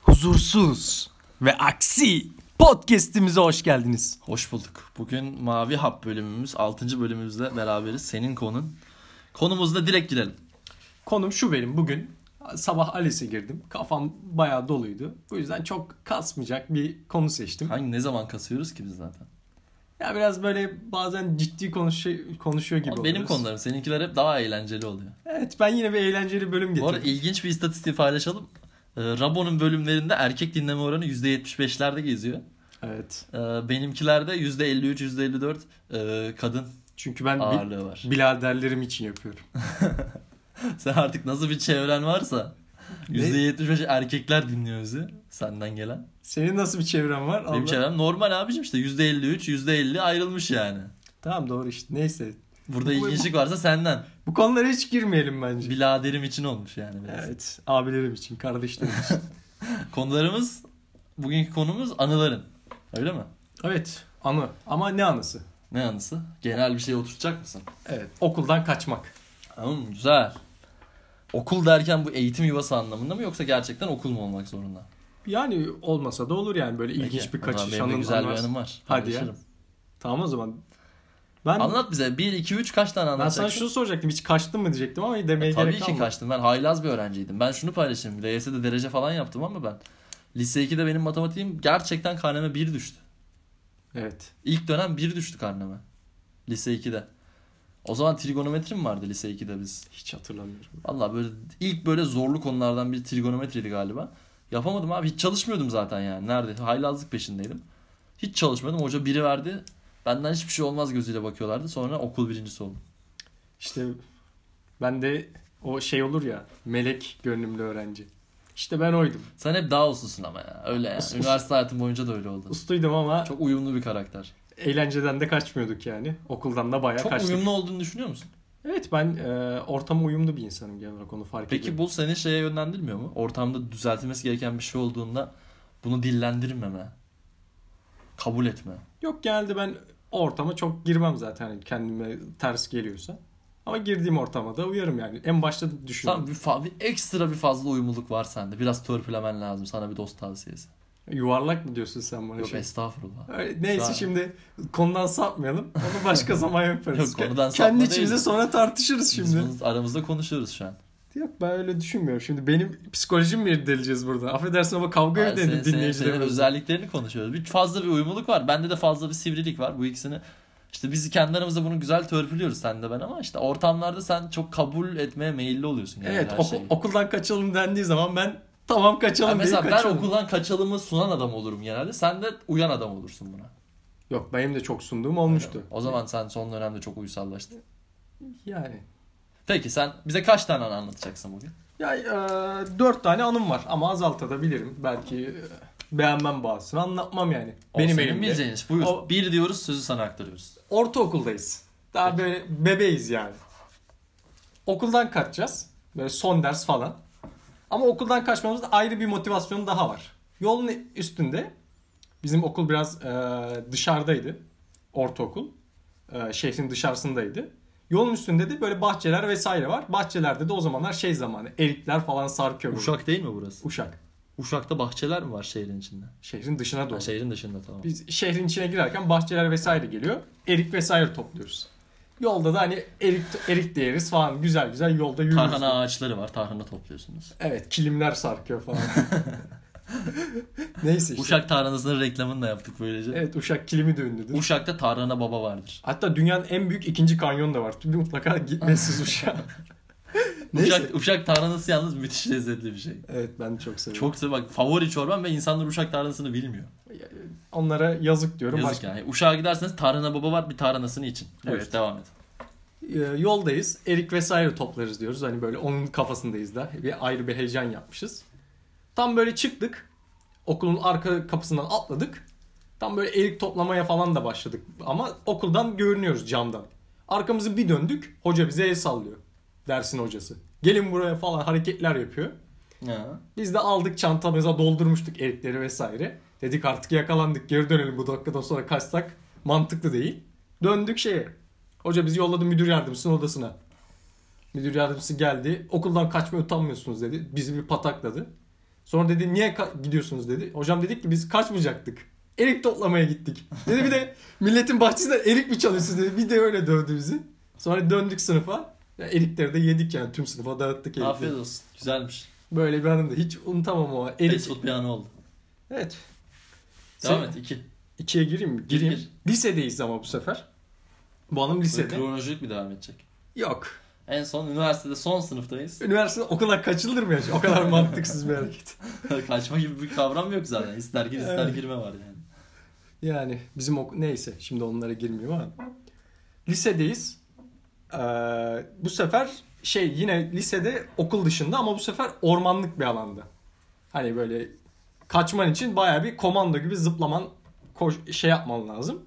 huzursuz ve aksi podcast'imize hoş geldiniz. Hoş bulduk. Bugün Mavi Hap bölümümüz 6. bölümümüzle beraberiz. Senin konun. Konumuzda direkt girelim. Konum şu benim bugün. Sabah Alice'e girdim. Kafam bayağı doluydu. Bu yüzden çok kasmayacak bir konu seçtim. Hangi ne zaman kasıyoruz ki biz zaten? Ya biraz böyle bazen ciddi konuşu- konuşuyor gibi Ama benim oluyoruz. konularım seninkiler hep daha eğlenceli oluyor. Evet ben yine bir eğlenceli bölüm Bu arada getirdim. ilginç bir istatistiği paylaşalım. Ee, Rabo'nun bölümlerinde erkek dinleme oranı %75'lerde geziyor. Evet. Ee, Benimkilerde %53, %54 e, kadın Çünkü ben bi- ağırlığı var. biraderlerim için yapıyorum. Sen artık nasıl bir çevren varsa %75 erkekler dinliyor bizi senden gelen. Senin nasıl bir çevren var? Benim Allah- çevrem normal abicim işte %53, %50 ayrılmış yani. Tamam doğru işte. Neyse. Burada Bu- ilginçlik varsa senden. Bu konulara hiç girmeyelim bence. Biladerim için olmuş yani biraz. Evet. Abilerim için, kardeşlerim için. Konularımız, bugünkü konumuz anıların. Öyle mi? evet. Anı. Ama ne anısı? Ne anısı? Genel bir şeye oturtacak mısın? Evet. Okuldan kaçmak. Tamam güzel. Okul derken bu eğitim yuvası anlamında mı yoksa gerçekten okul mu olmak zorunda? Yani olmasa da olur yani böyle ilginç Peki, bir o zaman kaçış benim de anın güzel bir anısı. anım var. Hadi ya. Paylaşırım. Tamam o zaman. Ben Anlat bize 1, 2, 3 kaç tane ben anlatacaksın? E, sana şunu soracaktım. Hiç kaçtın mı diyecektim ama demeye Tabii gerek ki kalmadı. kaçtım. Ben haylaz bir öğrenciydim. Ben şunu paylaşayım. LYS'de derece falan yaptım ama ben. Lise 2'de benim matematiğim gerçekten karneme 1 düştü. Evet. İlk dönem 1 düştü karneme. Lise 2'de. O zaman trigonometri mi vardı lise 2'de biz? Hiç hatırlamıyorum. Valla böyle ilk böyle zorlu konulardan biri trigonometriydi galiba. Yapamadım abi. Hiç çalışmıyordum zaten yani. Nerede? Haylazlık peşindeydim. Hiç çalışmadım. Hoca biri verdi. Benden hiçbir şey olmaz gözüyle bakıyorlardı. Sonra okul birincisi oldum. İşte ben de o şey olur ya. Melek gönlümlü öğrenci. İşte ben oydum. Sen hep daha uslusun ama ya. Öyle ya. Uslu- Üniversite hayatım boyunca da öyle oldu. Ustuydum ama Çok uyumlu bir karakter. eğlenceden de kaçmıyorduk yani. Okuldan da bayağı Çok kaçtık. uyumlu olduğunu düşünüyor musun? Evet ben e, ortama uyumlu bir insanım genel olarak onu fark Peki ediyorum. bu seni şeye yönlendirmiyor mu? Ortamda düzeltilmesi gereken bir şey olduğunda bunu dillendirmeme. Kabul etme. Yok genelde ben ortama çok girmem zaten hani kendime ters geliyorsa. Ama girdiğim ortama da uyarım yani. En başta düşünüyorum. Sen bir, fa- bir ekstra bir fazla uyumluluk var sende. Biraz törpülemen lazım. Sana bir dost tavsiyesi. Yuvarlak mı diyorsun sen bana? Yok şimdi? estağfurullah. Öyle- Neyse Daha- şimdi konudan sapmayalım. Onu başka zaman yaparız. Yok, konudan sapma Kendi değil. içimizde sonra tartışırız Şimdi... şimdi. Biz bunu aramızda konuşuyoruz şu an. Yok ben öyle düşünmüyorum. Şimdi benim psikolojimi mi irdeleyeceğiz burada? Affedersin ama kavga Hayır, senin- edelim senin- senin dinleyicilerimiz. özelliklerini konuşuyoruz. Bir fazla bir uyumluluk var. Bende de fazla bir sivrilik var. Bu ikisini işte biz kendi aramızda bunu güzel törpülüyoruz sen de ben ama işte ortamlarda sen çok kabul etmeye meyilli oluyorsun. Yani Evet her oku- şeyi. okuldan kaçalım dendiği zaman ben tamam Yani kaçalım deyip mesela ben kaçıyorum. okuldan kaçalımı sunan adam olurum genelde. Sen de uyan adam olursun buna. Yok benim de çok sunduğum olmuştu. O zaman sen son dönemde çok uysallaştın. Yani. Peki sen bize kaç tane anı anlatacaksın bugün? Ya e, dört tane anım var ama azaltabilirim. Belki e, beğenmem bazısını anlatmam yani. O Benim senin elimde. bileceğin iş. Buyur. O- Bir diyoruz sözü sana aktarıyoruz. Ortaokuldayız. Daha böyle bebeğiz yani. Okuldan kaçacağız. Böyle son ders falan. Ama okuldan kaçmamızda ayrı bir motivasyon daha var. Yolun üstünde bizim okul biraz e, dışarıdaydı. Ortaokul. E, şehrin dışarısındaydı. Yolun üstünde de böyle bahçeler vesaire var. Bahçelerde de o zamanlar şey zamanı. Erikler falan sarkıyor. böyle. Uşak değil mi burası? Uşak. Uşak'ta bahçeler mi var şehrin içinde? Şehrin dışına doğru. Ha, şey- şehrin dışında tamam. Biz şehrin içine girerken bahçeler vesaire geliyor. Erik vesaire topluyoruz. Yolda da hani erik erik de yeriz falan güzel güzel yolda yürüyoruz. Tarhana ağaçları var. Tarhana topluyorsunuz. Evet kilimler sarkıyor falan. Neyse işte. Uşak tarhanasının reklamını da yaptık böylece. Evet Uşak kilimi de ünlüdür. Uşak'ta tarhana baba vardır. Hatta dünyanın en büyük ikinci kanyonu da var. Mutlaka gitmesiz Uşak'a. Neyse. Uşak, Uşak tarhanası yalnız müthiş lezzetli bir şey. Evet ben çok seviyorum. Çok sev- bak favori çorbam ve insanlar Uşak tarhanasını bilmiyor. Onlara yazık diyorum. Yazık Başka- yani. Uşak'a giderseniz tarhana baba var bir tarhanasını için. Buyur, Evet. devam et. Ee, yoldayız. Erik vesaire toplarız diyoruz. Hani böyle onun kafasındayız da. Bir ayrı bir heyecan yapmışız. Tam böyle çıktık. Okulun arka kapısından atladık. Tam böyle erik toplamaya falan da başladık. Ama okuldan görünüyoruz camdan. Arkamızı bir döndük. Hoca bize el sallıyor. Dersin hocası. Gelin buraya falan hareketler yapıyor. Ha. Biz de aldık çantamıza doldurmuştuk erikleri vesaire. Dedik artık yakalandık geri dönelim bu dakikadan sonra kaçsak mantıklı değil. Döndük şeye. Hoca bizi yolladı müdür yardımcısının odasına. Müdür yardımcısı geldi. Okuldan kaçmaya utanmıyorsunuz dedi. Bizi bir patakladı. Sonra dedi niye ka- gidiyorsunuz dedi. Hocam dedik ki biz kaçmayacaktık. Erik toplamaya gittik. Dedi bir de milletin bahçesinden erik mi çalıyorsunuz dedi. Bir de öyle dövdü bizi. Sonra döndük sınıfa. Ya erikleri de yedik yani tüm sınıfa dağıttık erikleri. Afiyet olsun. Güzelmiş. Böyle bir anımdı. Hiç unutamam o Fast erik. food bir anı oldu. Evet. Devam Sen- et. iki. İkiye gireyim mi? Gireyim. gir. Lisedeyiz ama bu sefer. Bu hanım Böyle lisede. kronolojik bir devam edecek. Yok. En son üniversitede son sınıftayız. Üniversitede okuldan kaçılır mı ya? O kadar mantıksız bir hareket. Kaçma gibi bir kavram yok zaten. İster gir ister Evet. girme var yani. Yani bizim okul... Neyse şimdi onlara girmiyorum ama. Lisedeyiz. Ee, bu sefer şey yine lisede okul dışında ama bu sefer ormanlık bir alanda. Hani böyle kaçman için baya bir komando gibi zıplaman koş- şey yapman lazım.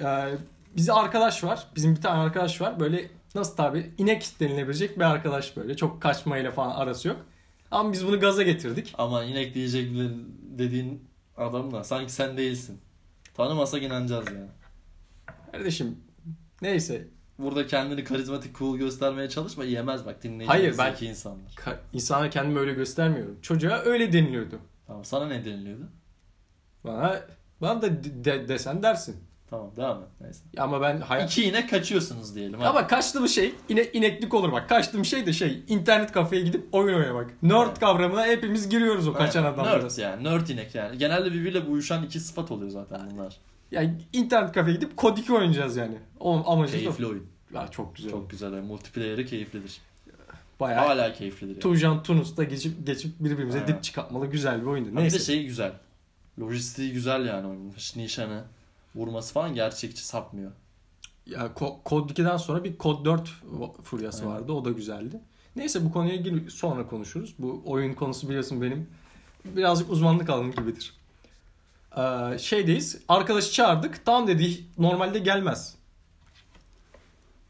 Ee, bize arkadaş var. Bizim bir tane arkadaş var. Böyle nasıl tabi inek denilebilecek bir arkadaş böyle. Çok kaçmayla falan arası yok. Ama biz bunu gaza getirdik. Ama inek diyecekler dediğin adam da sanki sen değilsin. Tanımasak inanacağız yani. Kardeşim neyse Burada kendini karizmatik cool göstermeye çalışma. Yemez bak dinleyici. Hayır, zeki ben- insanlar. ka- insana kendimi öyle göstermiyorum. Çocuğa öyle deniliyordu. Tamam sana ne deniliyordu? Bana bana da de- de- desen dersin. Tamam devam et. Neyse. Ya Ama ben hayat... İki inek kaçıyorsunuz diyelim. hadi. Ama kaçtığım şey ine, ineklik olur bak. Kaçtığım şey de şey internet kafeye gidip oyun oynamak. Nerd Evet. kavramına hepimiz giriyoruz o kaçan Aynen. adamlara. Nerd yani. Nerd inek yani. Genelde birbiriyle bu uyuşan iki sıfat oluyor zaten bunlar. Yani internet kafeye gidip kod 2 oynayacağız yani. Onun amacı da- Keyifli oyun. Ya çok Şey güzel. Çok güzel. Yani. Multiplayer'ı keyiflidir. Bayağı Hala keyiflidir. Yani. Tuğjan Tunus'ta geçip geçip birbirimize Aynen. dip çıkartmalı güzel bir oyundu. Ama Bir Neyse. de şeyi güzel. Lojistiği güzel yani oyunun. Nişanı, vurması falan gerçekçi sapmıyor. Ya ko- Kod 2'den sonra bir Kod 4 vo- furyası Aynen. vardı. O da güzeldi. Neyse bu konuya gir- sonra konuşuruz. Bu oyun konusu biliyorsun benim birazcık uzmanlık alanım gibidir. Ee, şeydeyiz. Arkadaşı çağırdık. Tamam dedi. Normalde gelmez.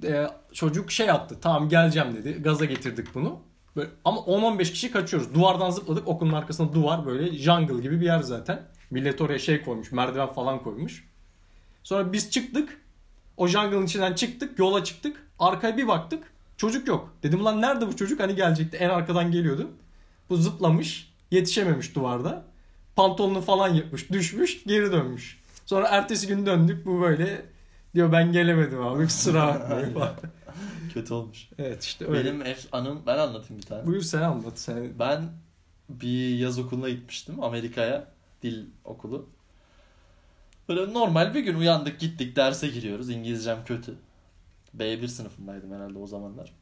Ee, çocuk şey yaptı. Tamam geleceğim dedi. Gaza getirdik bunu. Böyle, ama 10-15 kişi kaçıyoruz. Duvardan zıpladık. Okulun arkasında duvar böyle jungle gibi bir yer zaten. Millet oraya şey koymuş. Merdiven falan koymuş. Sonra biz çıktık. O jungle'ın içinden çıktık. Yola çıktık. Arkaya bir baktık. Çocuk yok. Dedim lan nerede bu çocuk? Hani gelecekti. En arkadan geliyordu. Bu zıplamış. Yetişememiş duvarda. Pantolonunu falan yırtmış. Düşmüş. Geri dönmüş. Sonra ertesi gün döndük. Bu böyle diyor ben gelemedim abi. Kusura bakmayın falan. Kötü olmuş. Evet işte öyle. Benim ef- anım ben anlatayım bir tane. Buyur sen anlat. Sen... Ben bir yaz okuluna gitmiştim Amerika'ya. Dil okulu. Böyle normal bir gün uyandık gittik derse giriyoruz. İngilizcem kötü. B1 sınıfındaydım herhalde o zamanlar.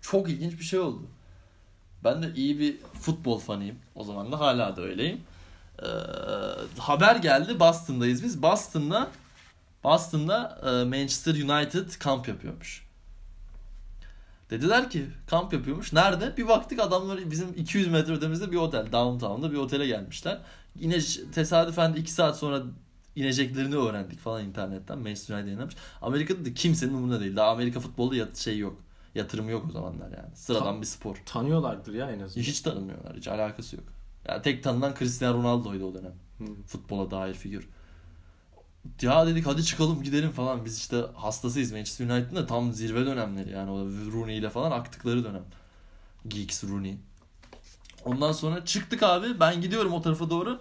Çok ilginç bir şey oldu. Ben de iyi bir futbol fanıyım. O zaman da hala da öyleyim. Ee, haber geldi Boston'dayız biz. Boston'da Boston'da e, Manchester United kamp yapıyormuş. Dediler ki kamp yapıyormuş. Nerede? Bir baktık adamlar bizim 200 metre ötemizde bir otel. Downtown'da bir otele gelmişler. Yine ş- tesadüfen 2 saat sonra ineceklerini öğrendik falan internetten. Manchester United yayınlamış. Amerika'da da kimsenin umurunda değil. Daha Amerika futbolu yat- şey yok. Yatırımı yok o zamanlar yani. Sıradan Tam- bir spor. Tanıyorlardır ya en azından. Hiç tanımıyorlar. Hiç alakası yok. Yani tek tanınan Cristiano Ronaldo'ydu o dönem. Futbola dair figür. Ya dedik hadi çıkalım gidelim falan. Biz işte hastasıyız Manchester United'ın da tam zirve dönemleri. Yani o Rooney ile falan aktıkları dönem. Geeks Rooney. Ondan sonra çıktık abi. Ben gidiyorum o tarafa doğru.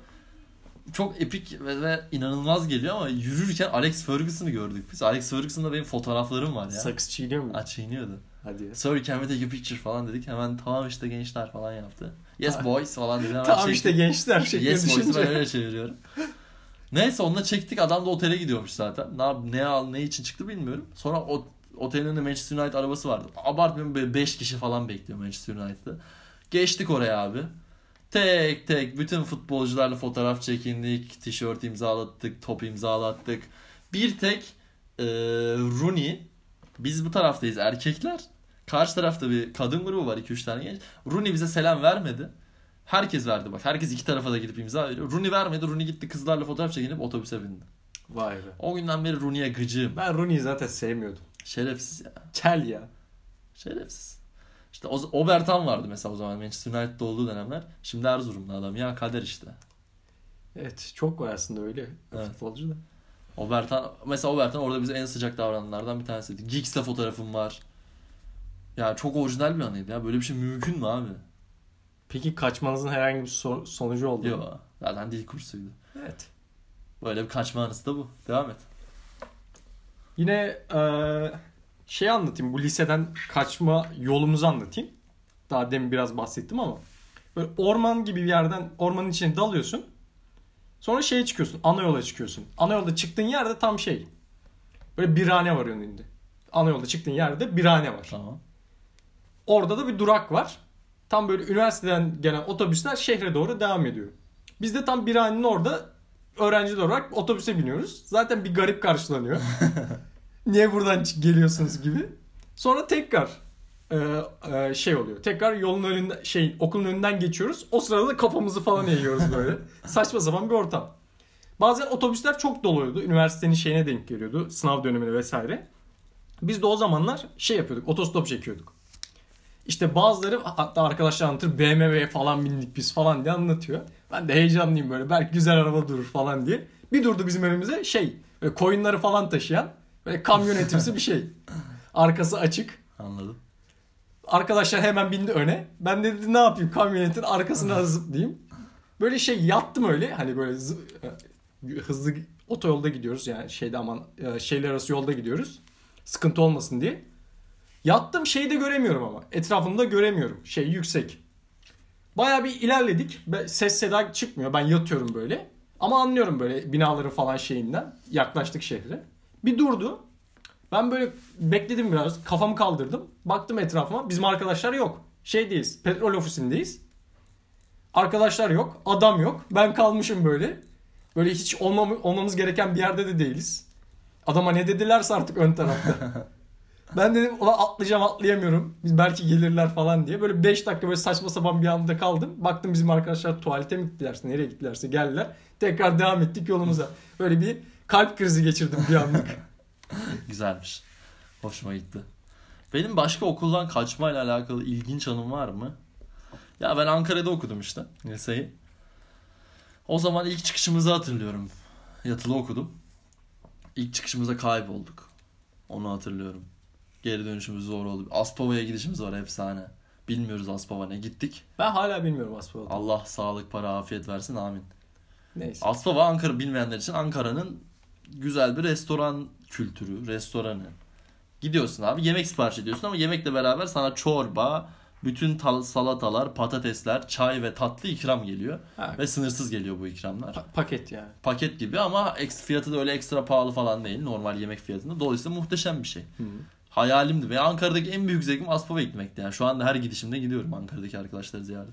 Çok epik ve, ve inanılmaz geliyor ama yürürken Alex Ferguson'ı gördük biz. Alex Ferguson'da benim fotoğraflarım var ya. Sakız çiğniyor mu? Ha, çiğniyordu. Hadi ya. Sorry can we take a picture falan dedik. Hemen tamam işte gençler falan yaptı. Yes boys falan dedi. Hemen Tamam çektik. işte gençler şeklinde şey Yes boys'u ben düşünce. öyle çeviriyorum. Neyse onunla çektik. Adam da otele gidiyormuş zaten. Ne, yap- ne, al, ne için çıktı bilmiyorum. Sonra o, otelin önünde Manchester United arabası vardı. Abartmıyorum 5 kişi falan bekliyor Manchester United'ı. Geçtik oraya abi. Tek tek bütün futbolcularla fotoğraf çekindik. Tişört imzalattık. Top imzalattık. Bir tek e, Rooney. Biz bu taraftayız erkekler. Karşı tarafta bir kadın grubu var 2-3 tane genç. Rooney bize selam vermedi. Herkes verdi bak. Herkes iki tarafa da gidip imza veriyor. Rooney vermedi. Rooney gitti kızlarla fotoğraf çekinip otobüse bindi. Vay be. O günden beri Rooney'e gıcığım. Ben Rooney'i zaten sevmiyordum. Şerefsiz ya. Kel ya. Şerefsiz. İşte o, Obertan vardı mesela o zaman Manchester United'da olduğu dönemler. Şimdi Erzurum'da adam ya kader işte. Evet çok var aslında öyle Evet. futbolcu da. Obertan mesela Obertan orada bize en sıcak davrananlardan bir tanesiydi. Giggs'le fotoğrafım var. Ya çok orijinal bir anıydı ya. Böyle bir şey mümkün mü abi? Peki kaçmanızın herhangi bir sor- sonucu oldu mu? Yok. Zaten dil kursuydu. Evet. Böyle bir kaçma anısı da bu. Devam et. Yine eee, şey anlatayım. Bu liseden kaçma yolumuzu anlatayım. Daha demin biraz bahsettim ama. Böyle orman gibi bir yerden ormanın içine dalıyorsun. Sonra şeye çıkıyorsun. Ana yola çıkıyorsun. Ana yolda çıktığın yerde tam şey. Böyle birhane var önünde. Ana yolda çıktığın yerde birhane var. Tamam. Orada da bir durak var. Tam böyle üniversiteden gelen otobüsler şehre doğru devam ediyor. Biz de tam birhanenin orada öğrenciler olarak otobüse biniyoruz. Zaten bir garip karşılanıyor. Niye buradan çık- geliyorsunuz gibi. Sonra tekrar e, e, şey oluyor. Tekrar yolun önünde şey okulun önünden geçiyoruz. O sırada da kafamızı falan eğiyoruz böyle. Saçma sapan bir ortam. Bazen otobüsler çok doluydu. Üniversitenin şeyine denk geliyordu. Sınav dönemine vesaire. Biz de o zamanlar şey yapıyorduk. Otostop çekiyorduk. İşte bazıları hatta arkadaşlar anlatır BMW'ye falan bindik biz falan diye anlatıyor. Ben de heyecanlıyım böyle belki güzel araba durur falan diye. Bir durdu bizim önümüze şey böyle koyunları falan taşıyan böyle kamyonetimsi bir şey. Arkası açık. Anladım. Arkadaşlar hemen bindi öne. Ben de dedi ne yapayım kamyonetin arkasına zıplayayım. Böyle şey yattım öyle hani böyle zı- e, hızlı otoyolda gidiyoruz yani şeyde aman e, şehirler arası yolda gidiyoruz. Sıkıntı olmasın diye. Yattım şeyi de göremiyorum ama etrafımda göremiyorum şey yüksek. Baya bir ilerledik. Be- Ses seda çıkmıyor. Ben yatıyorum böyle. Ama anlıyorum böyle binaların falan şeyinden. Yaklaştık şehre. Bir durdu. Ben böyle bekledim biraz. Kafamı kaldırdım. Baktım etrafıma. Bizim arkadaşlar yok. Şeydeyiz. Petrol ofisindeyiz. Arkadaşlar yok. Adam yok. Ben kalmışım böyle. Böyle hiç olmam- olmamız gereken bir yerde de değiliz. Adama ne dedilerse artık ön tarafta. ben dedim ulan atlayacağım atlayamıyorum. Biz belki gelirler falan diye. Böyle 5 dakika böyle saçma sapan bir anda kaldım. Baktım bizim arkadaşlar tuvalete mi gittilerse nereye gittilerse geldiler. Tekrar devam ettik yolumuza. Böyle bir kalp krizi geçirdim bir anlık. Güzelmiş. Hoşuma gitti. Benim başka okuldan kaçmayla alakalı ilginç anım var mı? Ya ben Ankara'da okudum işte liseyi. O zaman ilk çıkışımızı hatırlıyorum. Yatılı okudum. İlk çıkışımızda kaybolduk. Onu hatırlıyorum. Geri dönüşümüz zor oldu. Aspava'ya gidişimiz var efsane. Bilmiyoruz Aspava ne. Gittik. Ben hala bilmiyorum Aspava'da. Allah sağlık, para, afiyet versin. Amin. Neyse. Aspava Ankara bilmeyenler için Ankara'nın güzel bir restoran kültürü, restoranı. Gidiyorsun abi yemek sipariş ediyorsun ama yemekle beraber sana çorba, bütün tal- salatalar, patatesler, çay ve tatlı ikram geliyor. Ha, Ve sınırsız geliyor bu ikramlar. pa- paket yani. Paket gibi ama eks- fiyatı da öyle ekstra pahalı falan değil normal yemek fiyatında. Dolayısıyla muhteşem bir şey. Hayalimdi ve Ankara'daki en büyük zevkim Aspava gitmekti. Yani şu anda her gidişimde gidiyorum Ankara'daki arkadaşları ziyarete.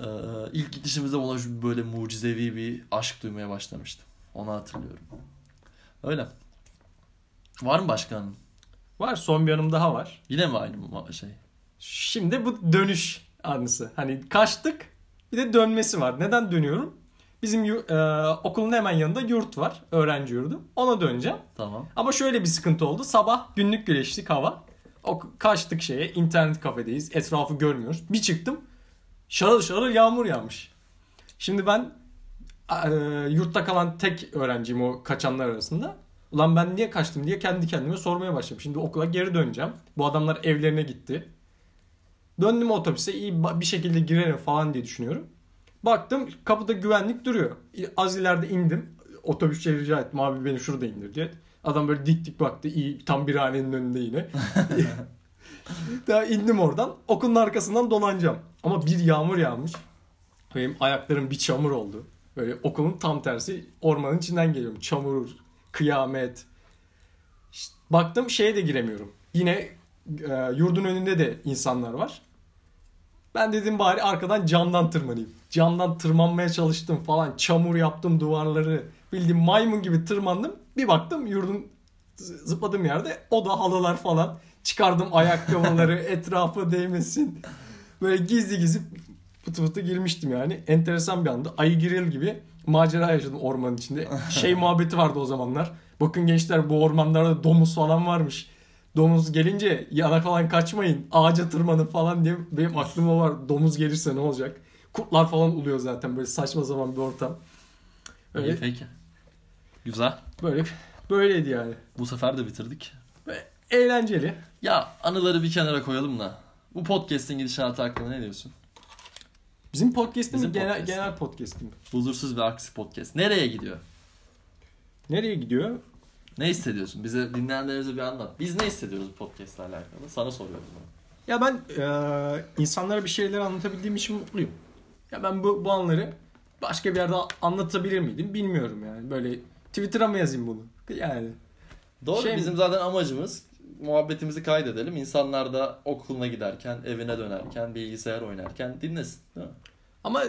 Ee, ilk gidişimizde ona şu böyle mucizevi bir aşk duymaya başlamıştım. Onu hatırlıyorum. Öyle. Var mı başkanım? Var son bir anım daha var. Yine mi aynı mu- şey? Şimdi bu dönüş anısı. Hani kaçtık bir de dönmesi var. Neden dönüyorum? Bizim yu- e, okulun hemen yanında yurt var. Öğrenci yurdu. Ona döneceğim. Tamam. Ama şöyle bir sıkıntı oldu. Sabah günlük güneşlik hava. O kaçtık şeye internet kafedeyiz. Etrafı görmüyoruz. Bir çıktım. Şarıl şarıl yağmur yağmış. Şimdi ben e, yurtta kalan tek öğrenciyim o kaçanlar arasında. Ulan ben niye kaçtım diye kendi kendime sormaya başladım. Şimdi okula geri döneceğim. Bu adamlar evlerine gitti. Döndüm otobüse iyi ba- bir şekilde girerim falan diye düşünüyorum. Baktım kapıda güvenlik duruyor. Az ileride indim. Otobüsçiye rica ettim abi beni şurada indir diye. Adam böyle dik dik baktı. iyi tam bir hanenin önünde yine. Daha indim oradan. Okulun arkasından dolanacağım. Ama bir yağmur yağmış. Benim ayaklarım bir çamur oldu. Böyle okulun tam tersi ormanın içinden geliyorum. Çamur, kıyamet. İşte baktım şeye de giremiyorum. Yine e, yurdun önünde de insanlar var. Ben dedim bari arkadan camdan tırmanayım. Camdan tırmanmaya çalıştım falan. Çamur yaptım duvarları. Bildiğim maymun gibi tırmandım. Bir baktım yurdun z- zıpladığım yerde o da halılar falan. Çıkardım ayakkabıları etrafa değmesin. Böyle gizli gizli pıtı pıtı girmiştim yani. Enteresan bir anda ayı giril gibi macera yaşadım ormanın içinde. Şey muhabbeti vardı o zamanlar. Bakın gençler bu ormanlarda domuz falan varmış. Domuz gelince yana falan kaçmayın. Ağaca tırmanın falan diye benim aklıma var. Domuz gelirse ne olacak? Kurtlar falan oluyor zaten böyle saçma zaman bir ortam. İyi, Öyle, peki. Güzel. böyle böyleydi yani. Bu sefer de bitirdik. Eğlenceli. Ya anıları bir kenara koyalım da. Bu podcast'in gidişatı hakkında ne diyorsun? Bizim podcast'imiz Bizim genel, podcast. genel podcast'im. Huzursuz ve aksi podcast. Nereye gidiyor? Nereye gidiyor? Ne hissediyorsun? Bize dinleyenlerimize bir anlat. Biz ne hissediyoruz bu podcast'le alakalı? Sana soruyoruz bunu. Ya ben eee, insanlara bir şeyler anlatabildiğim için mutluyum. Ya ben bu, bu anları başka bir yerde anlatabilir miydim bilmiyorum yani. Böyle Twitter'a mı yazayım bunu? Yani Doğru Şey mi? bizim zaten amacımız muhabbetimizi kaydedelim. İnsanlar da okuluna giderken, evine dönerken, bilgisayar oynarken dinlesin. Değil mi? ama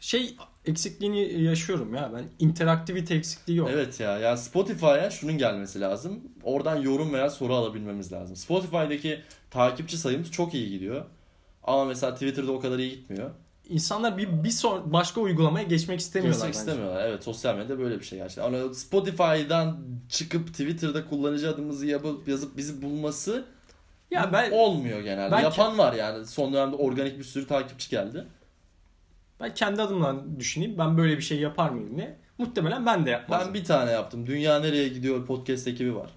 şey eksikliğini yaşıyorum ya ben. interaktivite eksikliği yok. Evet ya. Yani Spotify'a şunun gelmesi lazım. Oradan yorum veya soru alabilmemiz lazım. Spotify'daki takipçi sayımız çok iyi gidiyor. Ama mesela Twitter'da o kadar iyi gitmiyor. İnsanlar bir bir son başka uygulamaya geçmek istemiyorlar. Geçmek bence. istemiyorlar. Evet sosyal medyada böyle bir şey gerçekten. Ama Spotify'dan çıkıp Twitter'da kullanıcı adımızı yapıp, yazıp bizi bulması Ya ben olmuyor genelde. Ben- Yapan var yani. Son dönemde organik bir sürü takipçi geldi. ben kendi adımdan düşüneyim. Ben böyle bir şey yapar mıyım diye. Muhtemelen ben de yapmazdım. Ben bir tane yaptım. Dünya Nereye Gidiyor podcast ekibi var.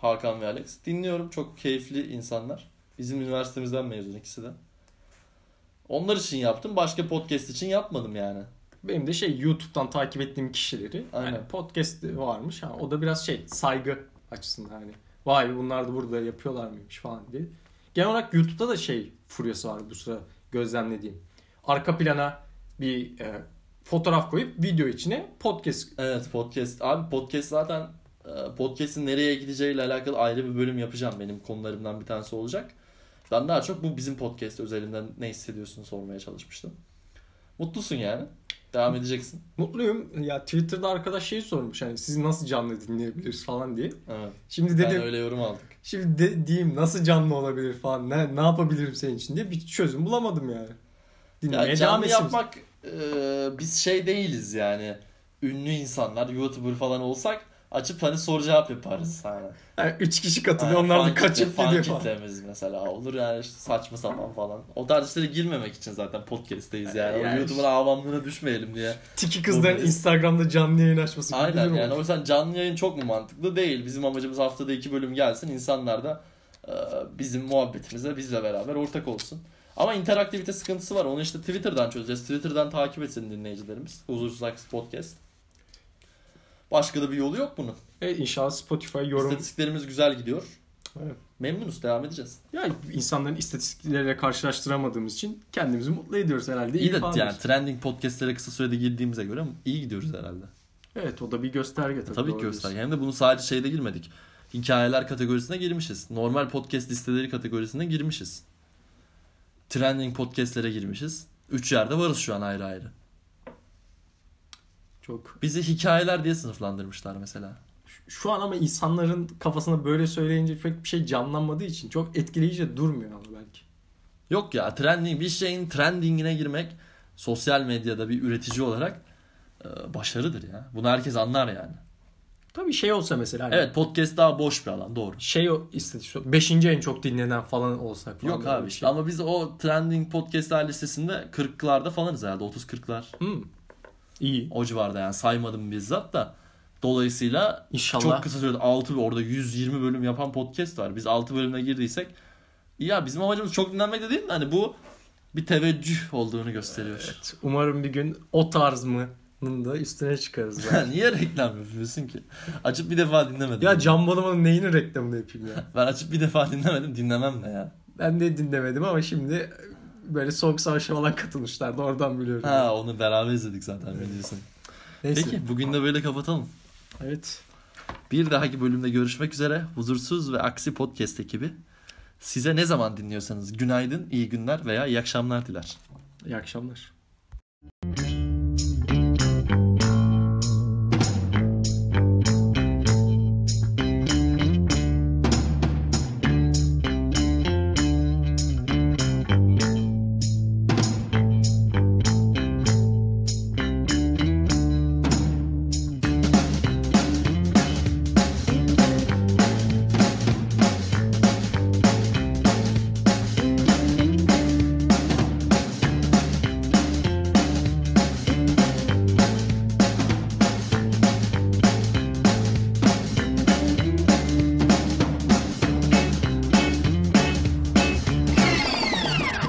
Hakan ve Alex. Dinliyorum. Çok keyifli insanlar. Bizim üniversitemizden mezun ikisi de. Onlar için yaptım. Başka podcast için yapmadım yani. Benim de şey YouTube'dan takip ettiğim kişileri Aynen. hani podcast varmış. Ha, o da biraz şey saygı açısından hani vay be bunlar da burada yapıyorlar mıymış falan diye. Genel olarak YouTube'da da şey furyası var bu sıra gözlemlediğim. Arka plana bir e, fotoğraf koyup video içine podcast Evet podcast. Abi podcast zaten e, podcast'in nereye gideceğiyle alakalı ayrı bir bölüm yapacağım. Benim konularımdan bir tanesi olacak. Ben daha çok bu bizim podcast özelinden ne hissediyorsun sormaya çalışmıştım. Mutlusun yani. Devam edeceksin. mutluyum. Ya Twitter'da arkadaş şey sormuş hani sizi nasıl canlı dinleyebiliriz falan diye. Evet. Şimdi Ben dedim öyle yorum aldık. şimdi de, diyeyim nasıl canlı olabilir falan ne, ne yapabilirim senin için diye bir çözüm bulamadım yani. Dinlemeye Ya devam canlı etsin. yapmak e, biz şey değiliz yani. Ünlü insanlar, YouTuber falan olsak açıp hani soru cevap yaparız. Hani. Yani üç kişi katılıyor onlar da fan kitle- kaçıp fan gidiyor falan. kitlemiz mesela olur yani işte saçma sapan falan. O tarz işlere girmemek için zaten podcast'teyiz yani. Yani O YouTube'un avamlığına düşmeyelim diye. Tiki kızların Doğru. Instagram'da canlı yayın açması. gibi Aynen bir yani olay. o yüzden canlı yayın çok mu mantıklı değil. Bizim amacımız haftada iki bölüm gelsin. İnsanlar da e, bizim muhabbetimize bizle beraber ortak olsun. Ama interaktivite sıkıntısı var. Onu işte Twitter'dan çözeceğiz. Twitter'dan takip etsin dinleyicilerimiz. Huzursuz Aksi Podcast. Başka da bir yolu yok bunun. Evet, E, inşallah Spotify yorum. İstatistiklerimiz güzel gidiyor. Evet. Memnunuz. Devam edeceğiz. Ya insanların istatistikleriyle karşılaştıramadığımız için kendimizi mutlu ediyoruz herhalde. İyi de falan yani diyoruz. trending podcastlere kısa sürede girdiğimize göre iyi gidiyoruz herhalde. Evet o da bir gösterge tabii. Tabii ki doğru gösterge. Hem de bunu sadece şeyde girmedik. Hikayeler kategorisine girmişiz. Normal podcast listeleri kategorisine girmişiz. Trending podcastlere girmişiz. Üç yerde varız şu an ayrı ayrı. diyorsun. Çok. Bizi hikayeler diye sınıflandırmışlar mesela. Şu an ama insanların kafasına böyle söyleyince pek bir şey canlanmadığı için çok etkileyici de durmuyor ama belki. Yok ya trending bir şeyin trendingine girmek sosyal medyada bir üretici olarak e, başarıdır ya. Bunu herkes anlar yani. Tabii şey olsa mesela. hani Evet podcast daha boş bir alan doğru. Şey o istatistik. Beşinci en çok dinlenen falan olsak. falan Yok böyle abi şey- bir şey. işte ama biz o trending podcastler listesinde 40'larda falanız herhalde 30-40'lar. Hmm. İyi. O civarda yani saymadım bizzat da. Dolayısıyla İnşallah. çok kısa sürede 6 orada 120 bölüm yapan podcast var. Biz 6 bölümle girdiysek ya bizim amacımız çok dinlenmek de değil de hani bu bir teveccüh olduğunu gösteriyor. Evet, Umarım bir gün o tarz mı da üstüne çıkarız. Ben. Ya Niye reklam yapıyorsun ki? Açıp bir defa dinlemedim. ya Can Bonomo'nun neyini reklamını yapayım ya. ben açıp bir defa dinlemedim dinlemem de ya. Ben de dinlemedim ama şimdi böyle soğuk savaşa falan katılmışlardı oradan biliyorum. Ha onu beraber izledik zaten biliyorsun. Neyse. Peki bugün de böyle kapatalım. Evet. Bir dahaki bölümde görüşmek üzere. Huzursuz ve Aksi Podcast ekibi size ne zaman dinliyorsanız günaydın, iyi günler veya iyi akşamlar diler. İyi akşamlar.